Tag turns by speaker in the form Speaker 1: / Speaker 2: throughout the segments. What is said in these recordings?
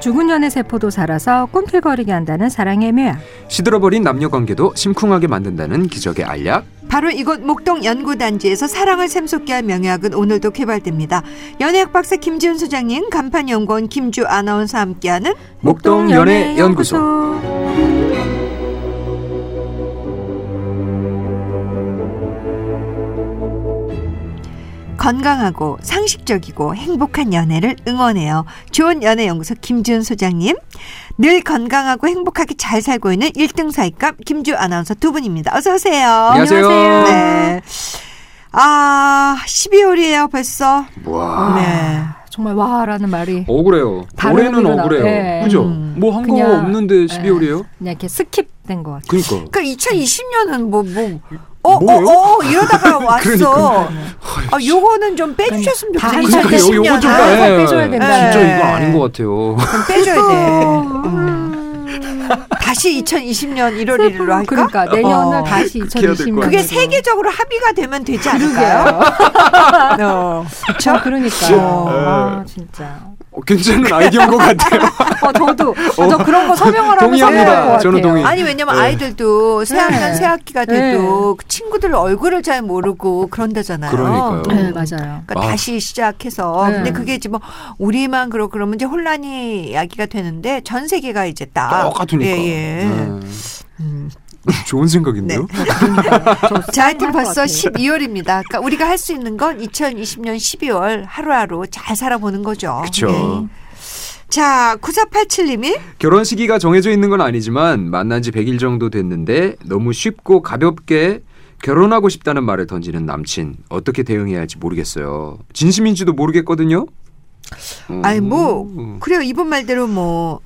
Speaker 1: 죽은 년의 세포도 살아서 꿈틀거리게 한다는 사랑의 묘약.
Speaker 2: 시들어버린 남녀 관계도 심쿵하게 만든다는 기적의 알약.
Speaker 3: 바로 이곳 목동 연구단지에서 사랑을 샘솟게 할 명약은 오늘도 개발됩니다. 연예학 박사 김지훈 소장님, 간판 연구원 김주 아나운서 함께하는
Speaker 2: 목동 연애 연구소.
Speaker 3: 건강하고 상식적이고 행복한 연애를 응원해요. 좋은 연애 연구소 김지훈 소장님, 늘 건강하고 행복하게 잘 살고 있는 1등 사이감 김주 아나운서 두 분입니다. 어서 오세요.
Speaker 2: 안녕하세요.
Speaker 1: 안녕하세요.
Speaker 3: 네. 아, 12월이에요, 벌써.
Speaker 2: 와.
Speaker 3: 네.
Speaker 1: 정말 와라는 말이
Speaker 2: 어. 억울해요.
Speaker 1: 다른
Speaker 2: 올해는
Speaker 1: 의미로
Speaker 2: 억울해요.
Speaker 1: 나- 예.
Speaker 2: 그죠?
Speaker 3: 음.
Speaker 2: 뭐 한 거
Speaker 1: 그냥-
Speaker 2: 없는데 12월이에요?
Speaker 1: 그냥 이렇게 스킵된 것 같아요.
Speaker 2: 그니까.
Speaker 3: 그러니까 2020년은 뭐, 뭐, 어,
Speaker 2: 뭐예요?
Speaker 3: 어, 어, 이러다가 왔어.
Speaker 2: 그러니까요.
Speaker 3: 아, 요거는 좀 빼주셨으면
Speaker 1: 그러니까 다
Speaker 3: 좋겠어요.
Speaker 1: 그러니까
Speaker 2: 여기 요거 좀
Speaker 3: 아,
Speaker 1: 빼-
Speaker 2: 예.
Speaker 1: 빼줘야 된다.
Speaker 2: 진짜
Speaker 3: 네.
Speaker 2: 이거 아닌 것 같아요.
Speaker 3: 좀 빼줘야 돼. 어.
Speaker 1: 어. 네.
Speaker 3: 음. 다시 2020년 1월 1일로 할까?
Speaker 1: 그러니까 내년을
Speaker 3: 어.
Speaker 1: 다시
Speaker 2: 그렇게 해야 될것
Speaker 1: 2020년.
Speaker 3: 그게 세계적으로 합의가 되면 되지 않을까요?
Speaker 1: 그러게요.
Speaker 3: 어.
Speaker 1: 저 그러니까요. 아
Speaker 2: 예.
Speaker 1: 진짜.
Speaker 2: 어, 괜찮은 아이디어인 것 같아요.
Speaker 1: 어 저도 저 그런 거 서명하라고
Speaker 2: 동의합니다. 저는 동의.
Speaker 3: 아니 왜냐면 아이들도 새학년
Speaker 1: 네.
Speaker 3: 새학기가 돼도 그 친구들 얼굴을 잘 모르고 그런다잖아요.
Speaker 2: 그러니까요.
Speaker 1: 네 맞아요.
Speaker 3: 그러니까
Speaker 2: 아.
Speaker 3: 다시 시작해서
Speaker 1: 네.
Speaker 3: 근데 그게 이제 뭐 우리만 그렇고 그러면 이제 혼란이 야기가 되는데 전 세계가 이제 딱
Speaker 2: 똑같으니까. 네.
Speaker 3: 예, 예. 음.
Speaker 2: 좋은 생각인데요?
Speaker 3: 네. 자, 하여튼
Speaker 1: 할것
Speaker 3: 벌써
Speaker 1: 뭐 같아요.
Speaker 3: 12월입니다. 그러니까 우리가 할 수 있는 건 2020년 12월 하루하루 잘 살아보는 거죠.
Speaker 2: 그쵸. 음.
Speaker 3: 네. 자, 9487님이
Speaker 2: 결혼 시기가 정해져 있는 건 아니지만 만난 지 100일 정도 됐는데 너무 쉽고 가볍게 결혼하고 싶다는 말을 던지는 남친 어떻게 대응해야 할지 모르겠어요. 진심인지도 모르겠거든요. 음,
Speaker 3: 아니 뭐
Speaker 2: 음,
Speaker 3: 그래요. 이분 말대로 뭐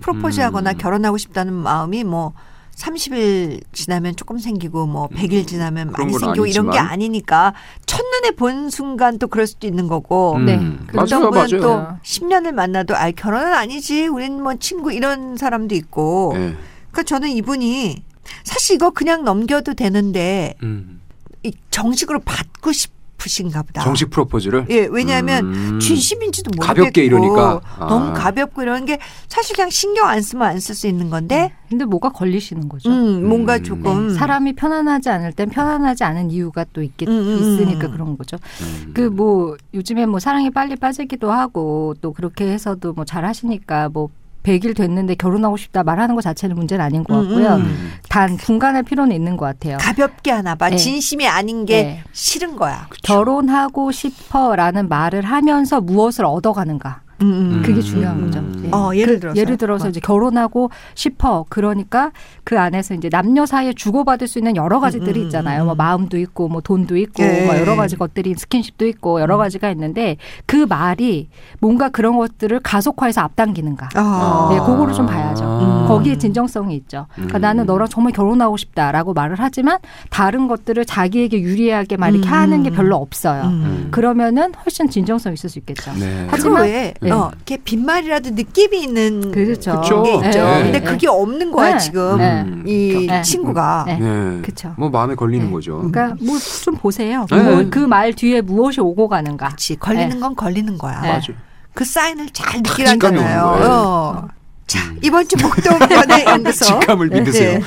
Speaker 3: 프로포즈하거나
Speaker 2: 음.
Speaker 3: 결혼하고 싶다는 마음이 뭐 30일 지나면 조금 생기고 뭐 100일 지나면
Speaker 2: 음. 그런
Speaker 3: 많이
Speaker 2: 건
Speaker 3: 생기고 이런 게
Speaker 2: 아니지만.
Speaker 3: 아니니까 첫눈에 본 순간 또 그럴 수도 있는 거고
Speaker 2: 음,
Speaker 1: 네.
Speaker 2: 맞아요,
Speaker 3: 어떤 분은
Speaker 2: 맞아요.
Speaker 3: 또 10년을 만나도 아 결혼은 아니지 우린 뭐 친구 이런 사람도 있고
Speaker 2: 예.
Speaker 3: 그러니까 저는 이분이 사실 이거 그냥 넘겨도 되는데
Speaker 2: 음,
Speaker 3: 이 정식으로 받고 싶으신가 보다.
Speaker 2: 정식 프로포즈를
Speaker 3: 예, 왜냐하면
Speaker 2: 음.
Speaker 3: 진심인지도 모르겠고
Speaker 2: 가볍게 이러니까. 아.
Speaker 3: 너무 가볍고 이런 게 사실 그냥 신경 안 쓰면 안 쓸 수 있는 건데
Speaker 1: 근데 뭐가 걸리시는 거죠? 네,
Speaker 3: 음, 뭔가
Speaker 2: 음.
Speaker 3: 조금
Speaker 1: 그렇죠. 사람이 편안하지 않을 땐 편안하지 않은 이유가 또 있겠,
Speaker 3: 음, 음, 음.
Speaker 1: 있으니까 그런 거죠.
Speaker 2: 음.
Speaker 1: 그 뭐 요즘에 뭐 사랑에 빨리 빠지기도 하고 또 그렇게 해서도 뭐 잘 하시니까 뭐 100일 됐는데 결혼하고 싶다 말하는 것 자체는 문제는 아닌 것
Speaker 3: 음,
Speaker 1: 같고요.
Speaker 3: 음.
Speaker 2: 음,
Speaker 1: 단 중간에 필요는 있는 것 같아요.
Speaker 3: 가볍게 하나 봐.
Speaker 1: 네.
Speaker 3: 진심이 아닌 게
Speaker 1: 네.
Speaker 3: 싫은 거야.
Speaker 1: 결혼하고 싶어라는 말을 하면서 무엇을 얻어가는가
Speaker 3: 음, 음.
Speaker 1: 그게
Speaker 2: 음.
Speaker 1: 중요한 거죠.
Speaker 2: 음.
Speaker 1: 예.
Speaker 3: 어, 예를 들어서
Speaker 1: 예를 들어서 이제 결혼하고 싶어 그러니까 그 안에서 이제 남녀 사이에 주고받을 수 있는 여러
Speaker 3: 음,
Speaker 1: 가지들이
Speaker 3: 음,
Speaker 1: 있잖아요.
Speaker 3: 음.
Speaker 1: 뭐 마음도 있고 뭐 돈도 있고
Speaker 3: 예. 음.
Speaker 1: 뭐 여러 가지 것들이 스킨십도 있고 여러 가지가 있는데 그 말이 뭔가 그런 것들을 가속화해서 앞당기는가.
Speaker 3: 아.
Speaker 1: 네, 그거를 좀 봐야죠.
Speaker 2: 아.
Speaker 1: 거기에 진정성이 있죠. 그러니까
Speaker 2: 음.
Speaker 1: 나는 너랑 정말 결혼하고 싶다라고 말을 하지만 다른 것들을 자기에게 유리하게 막 이렇게
Speaker 3: 음.
Speaker 1: 하는 게 별로 없어요.
Speaker 3: 음.
Speaker 1: 그러면은 훨씬 진정성 이 있을 수 있겠죠.
Speaker 2: 네.
Speaker 1: 하지-
Speaker 3: 그거
Speaker 1: 하지만-
Speaker 3: 왜
Speaker 2: 네.
Speaker 3: 어, 이렇게 빈말이라도 느낌이 있는
Speaker 1: 그렇죠.
Speaker 2: 그쵸.
Speaker 3: 게 있죠.
Speaker 2: 네. 음.
Speaker 1: 네.
Speaker 3: 근데 그게 없는 거야
Speaker 1: 네.
Speaker 3: 지금
Speaker 1: 네.
Speaker 3: 이
Speaker 1: 네.
Speaker 3: 친구가.
Speaker 1: 네.
Speaker 2: 네.
Speaker 1: 그쵸.
Speaker 2: 뭐 마음에 걸리는
Speaker 1: 네.
Speaker 2: 거죠.
Speaker 1: 그러니까 뭐 좀 보세요.
Speaker 2: 네.
Speaker 1: 그 말 뒤에 무엇이 오고 가는가.
Speaker 3: 그렇지 걸리는 건 걸리는 거야.
Speaker 1: 네.
Speaker 2: 맞아.
Speaker 3: 그 사인을
Speaker 2: 직감이
Speaker 3: 잘 느끼라잖아요.
Speaker 2: 오는 거예요. 음.
Speaker 3: 어. 자 이번 주 목동 연애 연구소. 네.
Speaker 2: 직감을
Speaker 1: 네.
Speaker 2: 믿으세요.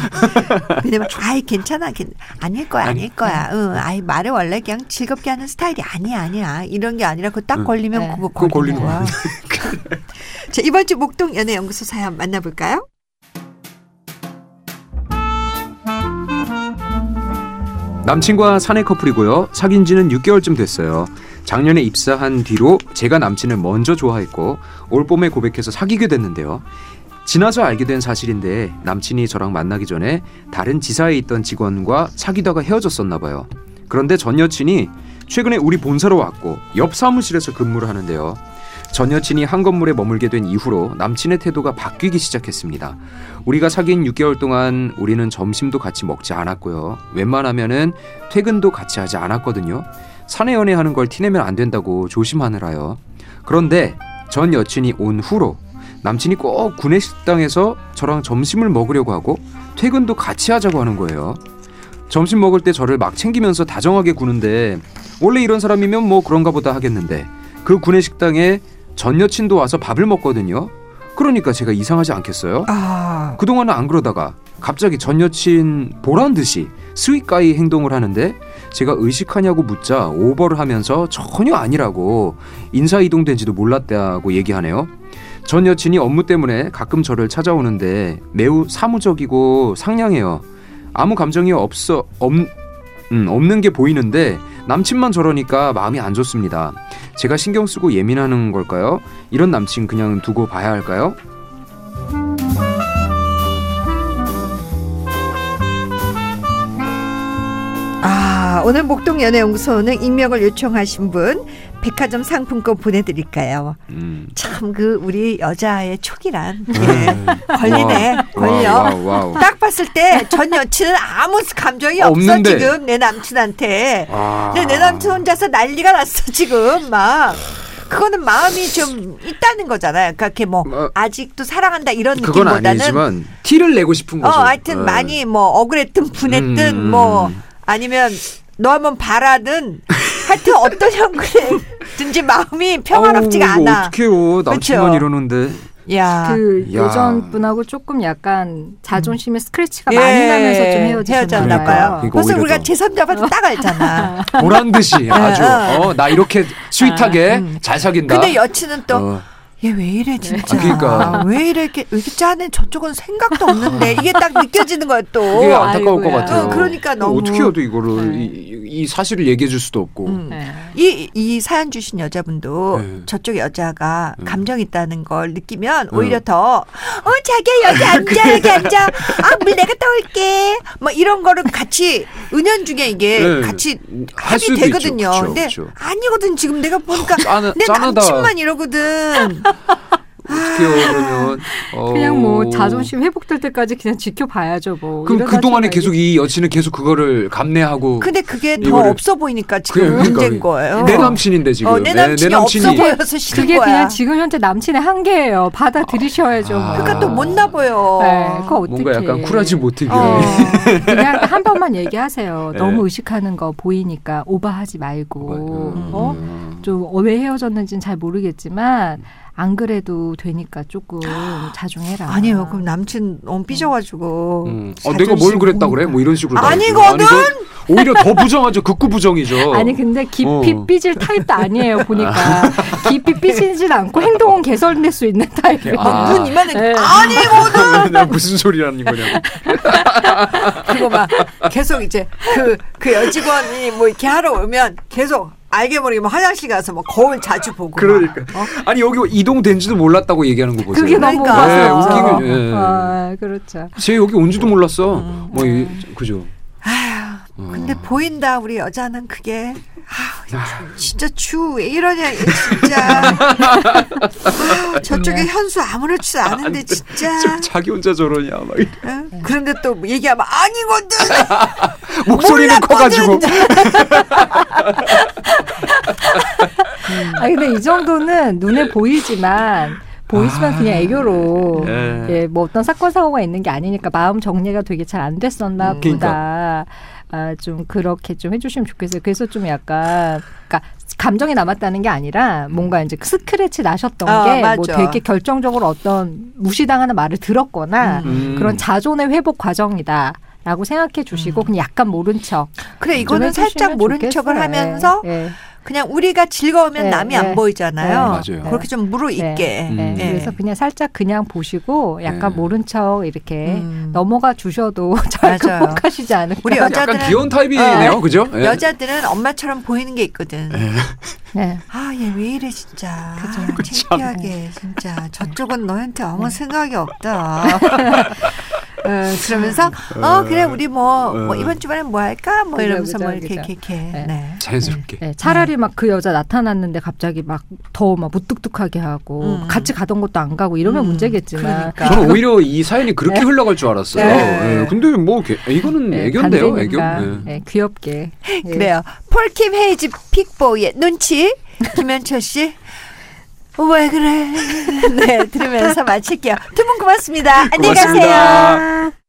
Speaker 3: 왜냐면 아이 괜찮아, 괜- 아닐 거야, 아닐
Speaker 2: 네.
Speaker 3: 거야. 응, 아이 말을 원래 그냥 즐겁게 하는 스타일이 아니야, 아니야. 이런 게 아니라 그 딱
Speaker 2: 응.
Speaker 3: 걸리면
Speaker 1: 네.
Speaker 3: 그거
Speaker 2: 그거 걸리는
Speaker 3: 걸리는 거야. 자 이번 주 목동 연애 연구소 사연 만나볼까요?
Speaker 2: 남친과 사내 커플이고요. 사귄 지는 6개월쯤 됐어요. 작년에 입사한 뒤로 제가 남친을 먼저 좋아했고 올 봄에 고백해서 사귀게 됐는데요. 지나서 알게 된 사실인데 남친이 저랑 만나기 전에 다른 지사에 있던 직원과 사귀다가 헤어졌었나 봐요. 그런데 전 여친이 최근에 우리 본사로 왔고 옆 사무실에서 근무를 하는데요. 전 여친이 한 건물에 머물게 된 이후로 남친의 태도가 바뀌기 시작했습니다. 우리가 사귄 6개월 동안 우리는 점심도 같이 먹지 않았고요. 웬만하면은 퇴근도 같이 하지 않았거든요. 사내 연애하는 걸 티내면 안 된다고 조심하느라요. 그런데 전 여친이 온 후로 남친이 꼭 구내식당에서 저랑 점심을 먹으려고 하고 퇴근도 같이 하자고 하는 거예요. 점심 먹을 때 저를 막 챙기면서 다정하게 구는데 원래 이런 사람이면 뭐 그런가 보다 하겠는데 그 구내식당에 전 여친도 와서 밥을 먹거든요. 그러니까 제가 이상하지 않겠어요?
Speaker 3: 아,
Speaker 2: 그동안은 안 그러다가 갑자기 전 여친 보란 듯이 스윗가이 행동을 하는데 제가 의식하냐고 묻자 오버를 하면서 전혀 아니라고 인사 이동된지도 몰랐다고 얘기하네요. 전 여친이 업무 때문에 가끔 저를 찾아오는데 매우 사무적이고 상냥해요. 아무 감정이 없어 없 음, 없는 게 보이는데 남친만 저러니까 마음이 안 좋습니다. 제가 신경 쓰고 예민하는 걸까요? 이런 남친 그냥 두고 봐야 할까요?
Speaker 3: 아, 오늘 목동 연애연구소는 익명을 요청하신 분 백화점 상품권 보내드릴까요?
Speaker 2: 음. 네.
Speaker 3: 참 그 우리 여자의 촉이란 예. 걸리네
Speaker 2: 와우,
Speaker 3: 걸려.
Speaker 2: 와우, 와우, 와우.
Speaker 3: 딱 봤을 때 전 여친은 아무 감정이 없어
Speaker 2: 없는데.
Speaker 3: 지금 내 남친한테.
Speaker 2: 아.
Speaker 3: 근데 내 남친 혼자서 난리가 났어 지금 막. 그거는 마음이 좀 있다는 거잖아요. 그러니까 이렇게 뭐
Speaker 2: 어.
Speaker 3: 아직도 사랑한다 이런
Speaker 2: 그건
Speaker 3: 느낌보다는
Speaker 2: 아니지만 티를 내고 싶은
Speaker 3: 어
Speaker 2: 거죠.
Speaker 3: 하여튼
Speaker 2: 네.
Speaker 3: 많이 뭐 억울했든 분했든
Speaker 2: 음.
Speaker 3: 뭐 아니면 너 한번 바라든 하여튼 어떤 형태든지 마음이 평화롭지가
Speaker 2: 아우, 이거
Speaker 3: 않아. 그렇죠.
Speaker 2: 어떡해요. 남친만
Speaker 3: 그쵸?
Speaker 2: 이러는데.
Speaker 3: 야.
Speaker 1: 그
Speaker 2: 야.
Speaker 1: 요전 분하고 조금 약간
Speaker 2: 음.
Speaker 1: 자존심에 스크래치가
Speaker 3: 예,
Speaker 1: 그러니까 많이 나면서 좀 헤어지셨나
Speaker 3: 헤어졌나
Speaker 2: 그러니까.
Speaker 3: 봐요.
Speaker 1: 봐요.
Speaker 2: 그러니까
Speaker 3: 벌써
Speaker 2: 오히려
Speaker 3: 우리가
Speaker 2: 더.
Speaker 3: 제3자한테 딱 알잖아.
Speaker 2: 보란 듯이 아주
Speaker 3: 어. 아,
Speaker 2: 어, 나 이렇게 스윗하게 잘 사귄다.
Speaker 3: 근데 여친은 또
Speaker 2: 어.
Speaker 3: 얘 왜 이래 진짜.
Speaker 2: 아, 그러니까.
Speaker 3: 아, 왜 이래 이렇게 왜 이렇게 짠해. 저쪽은 생각도 없는데 이게 딱 느껴지는 거야 또.
Speaker 2: 이게 안타까울 것
Speaker 1: 아이고야.
Speaker 2: 같아요.
Speaker 3: 어, 그러니까 너무.
Speaker 2: 어떻게 해도 이거를
Speaker 1: 네.
Speaker 2: 이, 이- 이 사실을 얘기해 줄 수도 없고.
Speaker 3: 음.
Speaker 1: 네.
Speaker 3: 이, 이 사연 주신 여자분도
Speaker 2: 네.
Speaker 3: 저쪽 여자가 감정 있다는 걸 느끼면
Speaker 2: 음.
Speaker 3: 오히려 더, 어, 자기야, 여기 앉아, 여기 앉아. 아, 물 내가 떠올게. 뭐 이런 거를 같이, 은연 중에 이게
Speaker 2: 네.
Speaker 3: 같이
Speaker 2: 할
Speaker 3: 합이
Speaker 2: 수도
Speaker 3: 되거든요.
Speaker 2: 있죠. 그쵸,
Speaker 3: 근데
Speaker 2: 그쵸.
Speaker 3: 아니거든, 지금 내가 보니까.
Speaker 2: 짠하-
Speaker 3: 내
Speaker 2: 짠하다. 어.
Speaker 3: 남친만 이러거든.
Speaker 2: 어떻게요 그러면? 어.
Speaker 1: 그냥 뭐 자존심 회복될 때까지 그냥 지켜봐야죠 뭐.
Speaker 2: 그럼
Speaker 1: 이러다
Speaker 2: 그
Speaker 1: 정말
Speaker 2: 동안에 계속 이 여친은 계속 그거를 감내하고.
Speaker 3: 근데 그게 더
Speaker 2: 이거를- 그러니까
Speaker 3: 없어 보이니까
Speaker 2: 그게
Speaker 3: 지금 문제인 거예요.
Speaker 2: 내 남친인데 지금.
Speaker 3: 어, 내 남친이 없어 보여서 싫은
Speaker 1: 그게
Speaker 3: 거야.
Speaker 1: 그냥 지금 현재 남친의 한계예요. 받아들이셔야죠.
Speaker 2: 아.
Speaker 1: 뭐.
Speaker 3: 그러니까 또 못나 보여.
Speaker 1: 네, 그거 어떻게?
Speaker 2: 뭔가 약간 쿨하지 못하게.
Speaker 1: 어, 그냥 한 번만 얘기하세요.
Speaker 2: 네.
Speaker 1: 너무 의식하는 거 보이니까 오버하지 말고
Speaker 2: 음.
Speaker 1: 어? 좀 왜 헤어졌는지는 잘 모르겠지만 안 그래도 되니까 조금 자중해라.
Speaker 3: 아니요, 그럼 남친 너무 삐져가지고.
Speaker 2: 음. 어, 내가 뭘
Speaker 3: 자존심
Speaker 2: 그랬다
Speaker 3: 굽는
Speaker 2: 그래? 뭐 이런 식으로. 나오고.
Speaker 3: 아니거든!
Speaker 2: 아니, 그건 오히려 더 부정하죠. 극구 부정이죠.
Speaker 1: 어. 아니 그 근데 깊이
Speaker 2: 어.
Speaker 1: 삐질 타입도 아니에요 보니까 깊이 삐지질 않고 행동은 개선될 수 있는 타입이에요.
Speaker 2: 아.
Speaker 3: 뭐 눈 이만해.
Speaker 1: 네.
Speaker 3: 아니거든. 어?
Speaker 2: 내가 무슨 소리라는 거냐고.
Speaker 3: 그리고 막 계속 이제 그, 그 여직원이 뭐 이렇게 하러 오면 계속 알게 모르게 뭐 화장실 가서 뭐 거울 자주 보고. 막.
Speaker 2: 그러니까. 아니 여기 이동된지도 몰랐다고 얘기하는 거 보세요.
Speaker 1: 그게 너무
Speaker 3: 어? 그러니까.
Speaker 2: 네,
Speaker 1: 웃어서.
Speaker 2: 웃기면 예.
Speaker 1: 아, 그렇죠.
Speaker 2: 쟤 여기 온지도 몰랐어.
Speaker 3: 음.
Speaker 2: 뭐 이, 그죠.
Speaker 3: 아휴, 근데
Speaker 1: 음.
Speaker 3: 보인다, 우리 여자는 그게. 아, 진짜 주, 왜 이러냐, 이게 진짜. 아,
Speaker 1: 네.
Speaker 3: 저쪽에 현수 아무렇지도 않은데, 진짜.
Speaker 2: 저, 자기 혼자 저러냐. 막 이래.
Speaker 3: 응? 그런데 또 얘기하면 아니거든!
Speaker 2: 목소리는 커가지고.
Speaker 1: 아 근데 이 정도는 눈에 보이지만 보이지만 그냥 애교로
Speaker 2: 아. 예.
Speaker 1: 예, 뭐 어떤 사건 사고가 있는 게 아니니까 마음 정리가 되게 잘 안 됐었나
Speaker 3: 음.
Speaker 1: 보다. 아, 좀 그렇게 좀 해주시면 좋겠어요. 그래서 좀 약간, 그니까 감정이 남았다는 게 아니라 뭔가 이제 스크래치 나셨던
Speaker 3: 아,
Speaker 1: 게 뭐
Speaker 3: 맞아.
Speaker 1: 되게 결정적으로 어떤 무시당하는 말을 들었거나
Speaker 2: 음.
Speaker 1: 그런 자존의 회복 과정이다. 라고 생각해 주시고 그냥 약간 모른 척.
Speaker 3: 그래,
Speaker 1: 좀
Speaker 3: 음. 이거는
Speaker 1: 해주시면
Speaker 3: 살짝 모른 척을
Speaker 1: 좋겠어요.
Speaker 3: 하면서
Speaker 1: 예, 예.
Speaker 3: 그냥 우리가 즐거우면
Speaker 1: 네,
Speaker 3: 남이
Speaker 1: 네.
Speaker 3: 안 보이잖아요.
Speaker 2: 네, 맞아요.
Speaker 3: 그렇게 좀 무르익게. 예.
Speaker 2: 네.
Speaker 1: 네,
Speaker 2: 음.
Speaker 1: 그래서 그냥 살짝 그냥 보시고 약간
Speaker 2: 네.
Speaker 1: 모른 척 이렇게
Speaker 3: 음.
Speaker 1: 넘어가 주셔도 잘
Speaker 3: 맞아요.
Speaker 1: 극복하시지 않을까.
Speaker 3: 우리 여-
Speaker 2: 약간
Speaker 3: 여자들은-
Speaker 2: 귀여운 타입이네요.
Speaker 3: 어.
Speaker 2: 그죠? 예.
Speaker 3: 여자들은 엄마처럼 보이는 게 있거든.
Speaker 1: 네.
Speaker 3: 아, 얘 왜 이래 진짜.
Speaker 1: 그죠.
Speaker 3: 아,
Speaker 1: 그
Speaker 3: 창피하게 진짜. 저쪽은 너한테 아무 생각이 없다. 어, 그러면서 어 그래 우리 뭐, 뭐 이번 주말에 뭐 할까 뭐
Speaker 1: 그죠,
Speaker 3: 이러면서 뭐
Speaker 1: 그죠,
Speaker 3: 이렇게
Speaker 1: 그죠.
Speaker 3: 이렇게 이렇게.
Speaker 1: 네.
Speaker 3: 네.
Speaker 2: 자연스럽게.
Speaker 1: 네, 차라리 막 그 여자 나타났는데 갑자기 막 더 막 무뚝뚝하게 하고
Speaker 3: 음.
Speaker 1: 같이 가던 것도 안 가고 이러면
Speaker 3: 음,
Speaker 1: 문제겠지만
Speaker 3: 그러니까.
Speaker 2: 저는 오히려 이 사연이 그렇게 흘러갈 줄 알았어요.
Speaker 3: 네.
Speaker 2: 예, 근데 뭐 개- 이거는
Speaker 1: 예,
Speaker 2: 애교인데요, 애교.
Speaker 1: 반대니까.
Speaker 2: 예.
Speaker 1: 예, 귀엽게. 예.
Speaker 3: 그래요. 폴킴 헤이즈 픽보이의 눈치 김현철 씨. 왜 그래? 네 들으면서 마칠게요. 두 분 고맙습니다. 안녕히
Speaker 2: 고맙습니다.
Speaker 3: 가세요.